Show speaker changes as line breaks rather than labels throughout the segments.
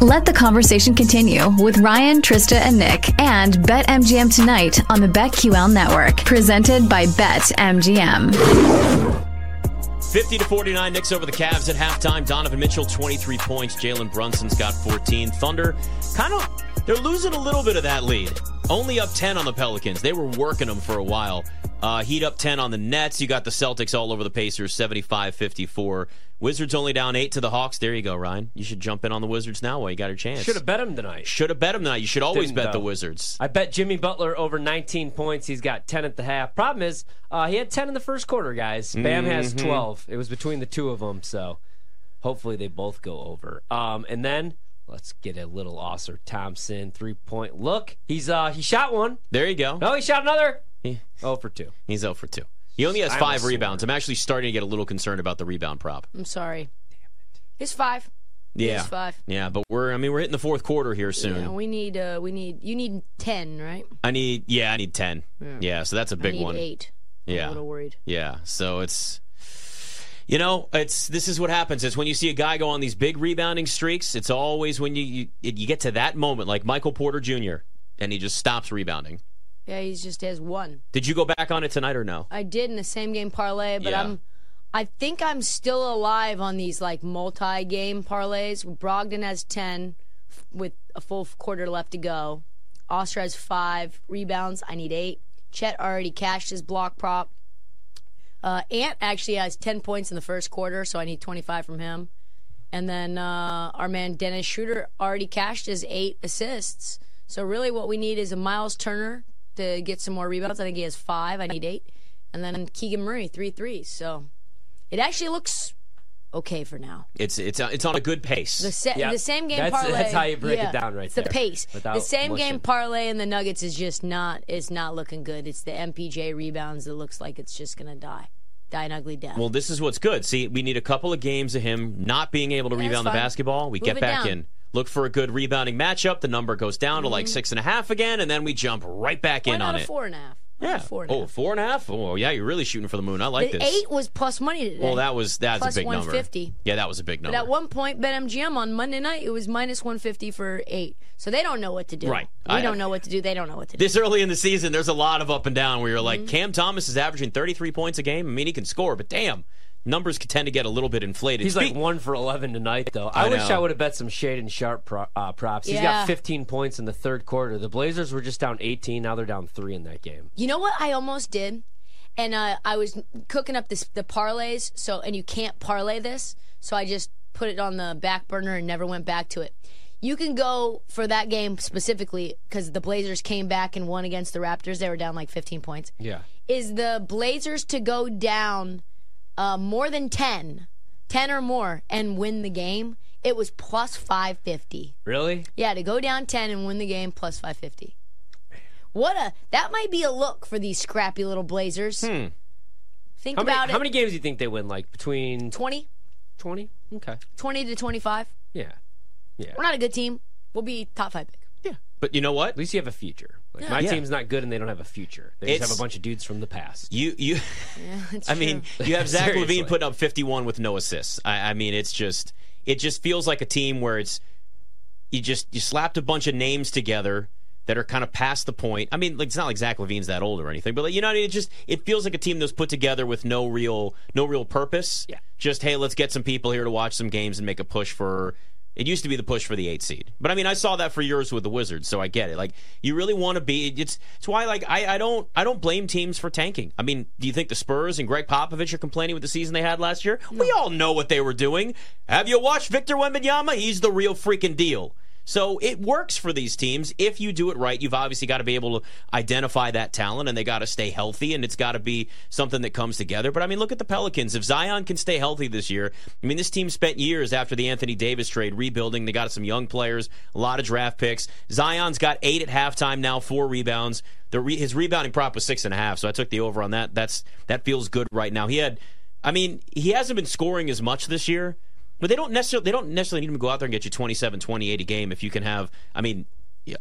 Let the conversation continue with Ryan, Trista, and Nick and BetMGM tonight on the BetQL network, presented by BetMGM.
50 to 49, Knicks over the Cavs at halftime. Donovan Mitchell, 23 points. Jalen Brunson's got 14. Thunder, kind of, they're losing a little bit of that lead. Only up 10 on the Pelicans. They were working them for a while. Uh, heat up 10 on the Nets. You got the Celtics all over the Pacers, 75 54. Wizards only down 8 to the Hawks. There you go, Ryan. You should jump in on the Wizards now while you got your chance.
Should have bet him tonight.
Should have bet them tonight. You should always
Didn't,
bet the
though.
Wizards.
I bet Jimmy Butler over 19 points. He's got 10 at the half. Problem is, uh, he had 10 in the first quarter, guys. Bam has
Mm-hmm.
12. It was between the two of them, so hopefully they both go over. Um, and then let's get a little Oscar Thompson three point look. He's uh he shot one.
There you go.
No, he shot another.
Yeah.
Oh for two.
He's 0 for 2. He only has
I'm a
five
sword.
rebounds. I'm actually starting to get a little concerned about the rebound prop.
I'm sorry. It's five.
Yeah.
It's five.
Yeah, but we're I mean we're hitting the fourth quarter here soon.
Yeah, we need. Uh, we need. You need ten, right?
I need yeah, I need 10. Yeah, so that's a big
I need
one.
eight. I'm a
Yeah.
little worried.
Yeah. So it's you know, it's this is what happens. It's when you see a guy go on these big rebounding streaks, it's always when you you, you get to that moment like Michael Porter Jr. and he just stops rebounding.
Yeah, he just has one.
Did you go back on it tonight or no?
I did in the same game parlay, but
Yeah.
I'm. I think I'm still alive on these like multi-game parlays. Brogdon has ten f- with a full quarter left to go. Oster has five rebounds. I need eight. Chet already cashed his block prop. Uh, Ant actually has ten points in the first quarter, so I need twenty-five from him. And then uh, our man Dennis Schroeder already cashed his eight assists. So really, what we need is a Miles Turner to get some more rebounds. I think he has five. I need eight. And then Keegan Murray three threes. So it actually looks okay for now.
It's it's it's on a good pace.
The, sa-
Yeah.
the same game
That's-
parlay.
that's how you break it
yeah,
down right
it's
there,
The pace.
without
The same
mushing.
game parlay in the Nuggets is just not. It's not looking good. It's the MPJ rebounds that looks like it's just gonna die, die an ugly death.
Well, this is what's good. See, we need a couple of games of him not being able to rebound the
fine.
basketball. We
Move
get
it
back
down.
in, look for a good rebounding matchup. The number goes down to
Mm-hmm.
like six and a half again, and then we jump right back
Why
in
not
on
a
it.
four and a half? Why
yeah.
not a four and a
oh,
half?
four and a half. Oh, yeah, you're really shooting for the moon. I like
The
this.
eight was plus money today.
Well, that was that's
Plus
a big number.
150.
Yeah, that was a big number.
But at one point, E BetMGM on Monday night, it was minus 150 for eight. So they don't know what to do.
Right.
We
I-
don't know what to do. They don't know what to do.
this early in the season, there's a lot of up and down where you're like,
Mm-hmm.
Cam Thomas is averaging 33 points a game. I mean, he can score, but damn, numbers can tend to get a little bit inflated.
He's like
Speak-
one for 11 tonight, though. I,
I
wish
know.
I would have bet some Shade and Sharp pro- uh, props. He's
Yeah.
got 15 points in the third quarter. The Blazers were just down 18. Now they're down three in that game.
You know what I almost did? And uh, I was cooking up this, the parlays, so and you can't parlay this. So I just put it on the back burner and never went back to it. You can go for that game specifically because the Blazers came back and won against the Raptors. They were down like 15 points.
Yeah.
is the Blazers to go down uh, more than 10, 10 or more, and win the game. It was plus 550.
Really?
Yeah, to go down 10 and win the game, plus 550. What a, that might be a look for these scrappy little Blazers. Think
How many,
about
how
it.
many games do you think they win? Like between
20,
20? Okay.
20 to 25.
Yeah. At
We're not a good team. We'll be top five pick.
but you know what?
least you have a future. Like, My
Yeah.
team's not good and they don't have a future. They just
It's-
have a bunch of dudes from the past.
You you.
That's
I mean, you have Zach
Seriously.
Levine putting up 51 with no assists. I, I mean, it's just it just feels like a team where it's you just you slapped a bunch of names together that are kind of past the point. I mean, like it's not like Zach Levine's that old or anything, but like, you know, what I mean? it just it feels like a team that was put together with no real no real purpose.
Yeah.
Just hey, let's get some people here to watch some games and make a push for. It used to be the push for the eight seed, but I mean, I saw that for yours with the Wizards, so I get it. Like, you really want to be. It's it's why like I, I don't I don't blame teams for tanking. I mean, do you think the Spurs and Greg Popovich are complaining with the season they had last year? We all know what they were doing. Have you watched Victor Wembanyama? He's the real freaking deal. So it works for these teams if you do it right. You've obviously got to be able to identify that talent, and they got to stay healthy, and it's got to be something that comes together. But I mean, look at the Pelicans. If Zion can stay healthy this year, I mean, this team spent years after the Anthony Davis trade rebuilding. They got some young players, a lot of draft picks. Zion's got eight at halftime now, four rebounds. The re- his rebounding prop was six and a half, so I took the over on that. That's that feels good right now. He had, I mean, he hasn't been scoring as much this year. But they don't necessarily they don't necessarily need him to go out there and get you 27, 28 a game if you can have I mean yeah,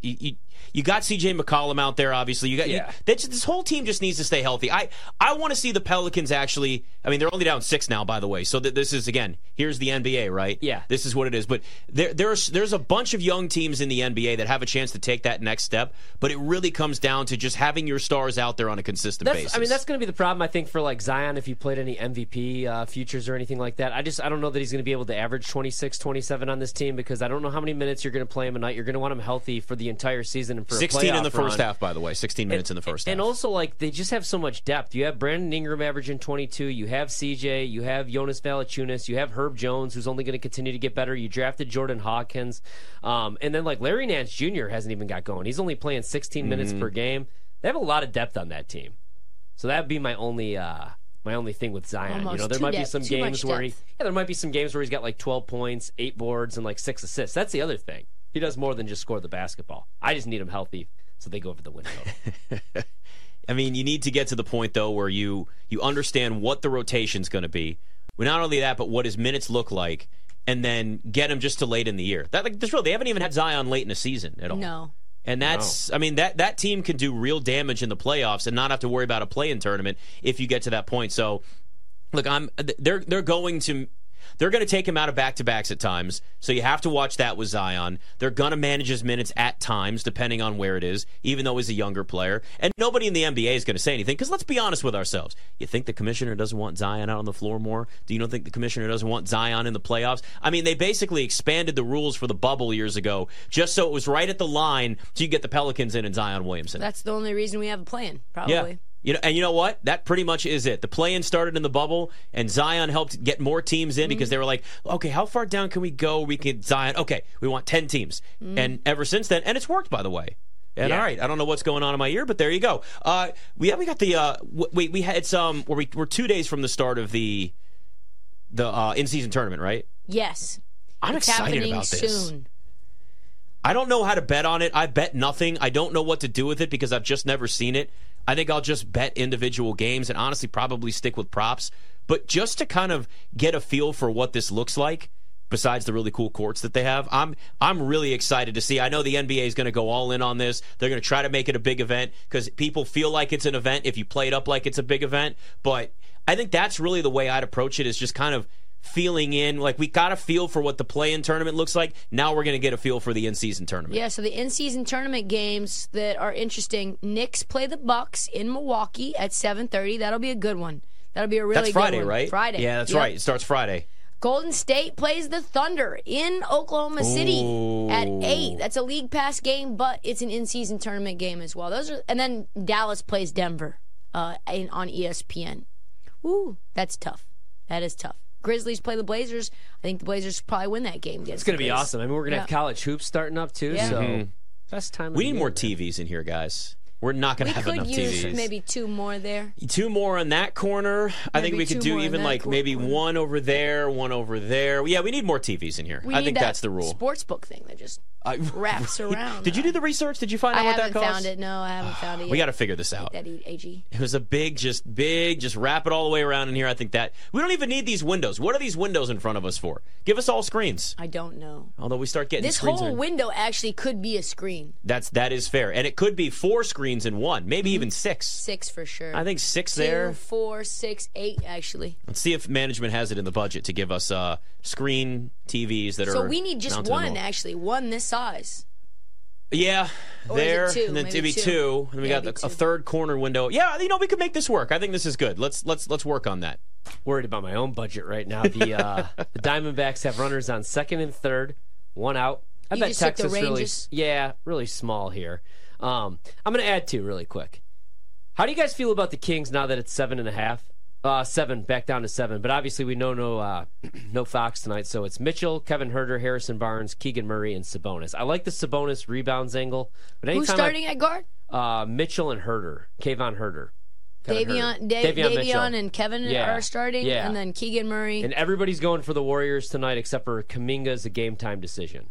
you, you, you got CJ McCollum out there. Obviously, you got you-
Yeah.
that's- this whole team just needs to stay healthy. I I want to see the Pelicans actually. I mean, they're only down six now, by the way. So th- this is again, here's the NBA, right?
Yeah.
this is what it is. But there there's there's a bunch of young teams in the NBA that have a chance to take that next step. But it really comes down to just having your stars out there on a consistent
That's,
basis.
I mean, that's going to be the problem. I think for like Zion, if he played any MVP uh, futures or anything like that, I just I don't know that he's going to be able to average 26, 27 on this team because I don't know how many minutes you're going to play him a night. You're going to want him healthy for the entire season and for
sixteen
a
in the
playoff
first
run.
half, by the way. Sixteen minutes in the first
And
half.
also, like they just have so much depth. You have Brandon Ingram averaging 22. You have CJ. You have Jonas Valanciunas. You have Herb Jones, who's only going to continue to get better. You drafted Jordan Hawkins, um, and then like Larry Nance Jr. hasn't even got going. He's only playing 16 minutes per game. They have a lot of depth on that team, so that'd be my only uh, my only thing with Zion. you
Almost
know, there
too
might be
depth-
some
too much
games where he
depth.
yeah, there might be some games where he's got like 12 points, eight boards, and like six assists. That's the other thing. He does more than just score the basketball. I just need him healthy. So they go for the win. total.
I mean, you need to get to the point though where you you understand what the rotation's going to be. Well, not only that, but what his minutes look like, and then get him just to late in the year. That like this real, they haven't even had Zion late in the season at all.
No.
And that's I mean that that team can do real damage in the playoffs and not have to worry about a play-in tournament if you get to that point. So look, I'm uh, th- they're they're going to they're going to take him out of back-to-backs at times. So you have to watch that with Zion. They're going to manage his minutes at times depending on where it is, even though he's a younger player. And nobody in the NBA is going to say anything cuz let's be honest with ourselves. You think the commissioner doesn't want Zion out on the floor more? Do you not think the commissioner doesn't want Zion in the playoffs? I mean, they basically expanded the rules for the bubble years ago just so it was right at the line so you get the Pelicans in and Zion Williamson.
That's the only reason we have a plan, probably.
Yeah. You know, and you know what? That pretty much is it. The play-in started in the bubble, and Zion helped get more teams in
Mm.
because they were like, okay, how far down can we go? We can Zion. Okay, we want ten teams,
Mm.
and ever since then, and it's worked by the way. And
Yeah.
all right, I don't know what's going on in my ear, but there you go. Uh, we haven't got the uh, w- wait. We had it's um, where we we're two days from the start of the the uh, in-season tournament, right?
Yes.
I'm
It's
excited
happening
about this.
soon.
I don't know how to bet on it. I bet nothing. I don't know what to do with it because I've just never seen it. I think I'll just bet individual games and honestly probably stick with props. But just to kind of get a feel for what this looks like, besides the really cool courts that they have, I'm I'm really excited to see. I know the NBA is going to go all in on this. They're going to try to make it a big event because people feel like it's an event if you play it up like it's a big event. But I think that's really the way I'd approach it is just kind of feeling in. Like we got a feel for what the play-in tournament looks like. Now we're going to get a feel for the in-season tournament.
Yeah, so the in-season tournament games that are interesting. Knicks play the Bucks in Milwaukee at 7:30. That'll be a good one. That'll be a really
that's Friday,
good one.
right?
Friday.
Yeah, that's
Yep.
right. It starts Friday.
Golden State plays the Thunder in Oklahoma City at eight. That's a league pass game, but it's an in-season tournament game as well. Those are, and then Dallas plays Denver uh, in, on ESPN. Ooh, that's tough. That is tough. Grizzlies play the Blazers. I think the Blazers probably win that game.
It's going to be awesome. I mean, we're going to have
Yeah.
college hoops starting up too.
Yeah.
So best time. of
We
the
need
year.
more TVs in here, guys. We're not going
We
to have
could
enough
use
TVs.
maybe two more there.
two more on that corner. I think
Maybe
we could
two
do
more in
even
that
like
cor-
maybe
corner.
one over there, one over there. Yeah, we need more TVs in here.
We
I
need
think
that
that's the rule.
Sports book thing that just wraps around.
Did you do the research? Did you find
I
out what
haven't
that costs?
found it. No, I haven't found it. Yet.
We got to figure this out.
that E- AG.
It was a big, just big, just wrap it all the way around in here. I think that we don't even need these windows. What are these windows in front of us for? Give us all screens.
I don't know.
Although we start getting
This
screens
whole
in-
window actually could be a screen.
That's that is fair, and it could be four screens in one, maybe even six.
Six for sure.
I think six
Two,
there.
four, six, eight actually.
Let's see if management has it in the budget to give us uh, screen TVs that are.
So we need just
mounted in the
one
wall.
actually, one this size.
Yeah,
is it
there,
two?
and then
Maybe
it'd be
two.
two, and we
Yeah,
got
it'd be
the, a
two.
third corner window. Yeah, you know we could make this work. I think this is good. Let's let's let's work on that.
Worried about my own budget right now. The uh, the Diamondbacks have runners on second and third, one out. I
You
bet
just took the
Texas really,
Rangers?
yeah, really small here. Um, I'm going to add two really quick. How do you guys feel about the Kings now that it's seven and a half? Uh, seven back down to seven, but obviously we know no uh, no Fox tonight, so it's Mitchell, Kevin Herter, Harrison Barnes, Keegan Murray, and Sabonis. I like the Sabonis rebounds angle, but anytime
Who's starting at guard?
I, uh, Mitchell and Herter, Kayvon Herter, Kevin Huerter.
Davion, Da-
Davion Mitchell.
Davion and Kevin
Yeah.
are starting,
Yeah.
and then Keegan Murray.
And everybody's going for the Warriors tonight except for Kaminga's a game time decision.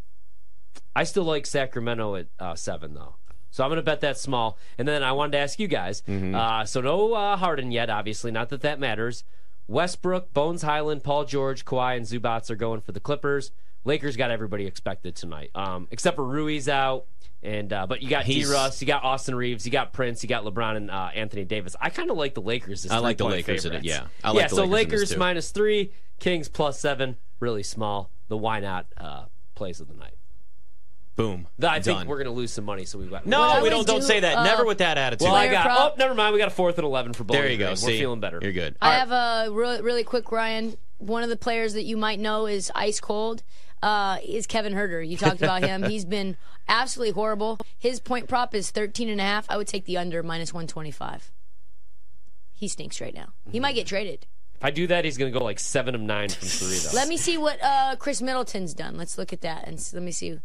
I still like Sacramento at uh, seven though. So I'm going to bet that small. And then I wanted to ask you guys. Uh, so no uh, Harden yet, obviously. Not that that matters. Westbrook, Bones Highland, Paul George, Kawhi, and Zubats are going for the Clippers. Lakers got everybody expected tonight, um, except for Rui's out. And uh, but you got D
He's-
Russ, you got Austin Reeves, you got Prince, you got LeBron and uh, Anthony Davis. I kind of like the Lakers. As
I like the
three-point
Lakers in it,
favorites.
yeah. I like
yeah.
the Lakers
so
in this
Lakers
too.
minus three, Kings plus seven. Really small. The why not uh, plays of the night.
Boom.
Th- I
Done.
think we're gonna lose some money, so we've got
no,
Well,
we
I
don't.
would
Don't
do,
say that.
uh,
Never with that attitude.
Well, I
Player
got
prop.
oh, never mind. We got a fourth and eleven for Bowling
there you go.
Green. We're
See?
feeling better.
You're good.
I have a re- really quick Ryan. One of the players that you might know is ice cold. Uh, is Kevin Herder. You talked about him. He's been absolutely horrible. His point prop is 13 and a half. I would take the under minus 125. He stinks right now. He might get traded.
If I do that, he's gonna go like seven of nine from three though.
Let me see what uh, Chris Middleton's done. Let's look at that and s- let me see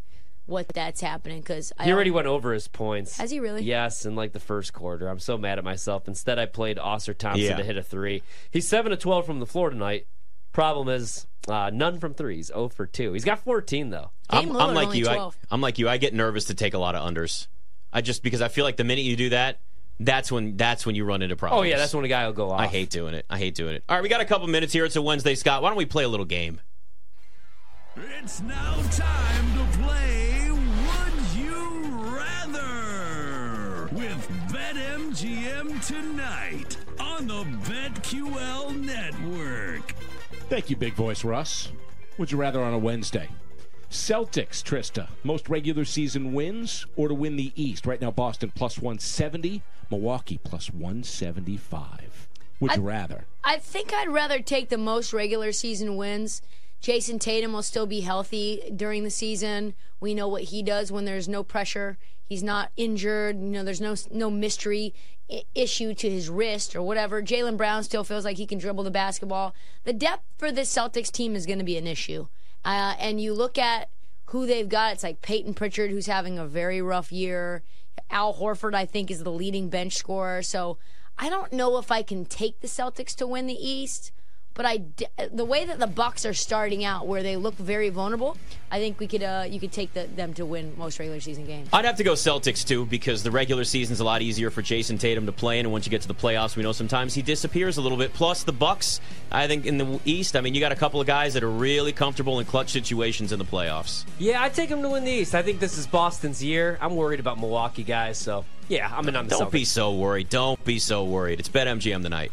what that's happening because I
He already went over his points.
Has he really?
Yes, in like the first quarter. I'm so mad at myself. Instead, I played Oscar Thompson
Yeah.
to hit a three. He's seven to twelve from the floor tonight. Problem is, uh, none from threes. Oh for two. He's got 14 though.
I'm,
Dame Lillard
I'm like
only
you. I,
12.
I'm like you. I get nervous to take a lot of unders. I just because I feel like the minute you do that, that's when that's when you run into
Oh
problems.
yeah, that's when a guy will go off.
I hate doing it. I hate doing it. All right, we got a couple minutes here. It's a Wednesday, Scott. Why don't we play a little game?
It's now time to play Would You Rather with BetMGM tonight on the BetQL network.
Thank you, big voice Russ. Would you rather on a Wednesday? Celtics, Trista, most regular season wins or to win the East? Right now, Boston plus 170, Milwaukee plus 175. Would you rather?
I think I'd rather take the most regular season wins. Jason Tatum will still be healthy during the season. We know what he does when there's no pressure. He's not injured. You know, there's no no mystery i- issue to his wrist or whatever. Jalen Brown still feels like he can dribble the basketball. The depth for this Celtics team is going to be an issue. Uh, and you look at who they've got. It's like Peyton Pritchard, who's having a very rough year. Al Horford, I think, is the leading bench scorer. So I don't know if I can take the Celtics to win the East, but I d- the way that the Bucks are starting out, where they look very vulnerable, I think we could uh, you could take the, them to win most regular season games.
I'd have to go Celtics too because the regular season's a lot easier for Jason Tatum to play in, and once you get to the playoffs, we know sometimes he disappears a little bit. Plus the Bucks, I think in the East, I mean, you got a couple of guys that are really comfortable in clutch situations in the playoffs.
Yeah, I take him to win the East. I think this is Boston's year. I'm worried about Milwaukee guys. So yeah, I'm in on the
Don't
Celtics.
be so worried. Don't be so worried. It's BetMGM tonight.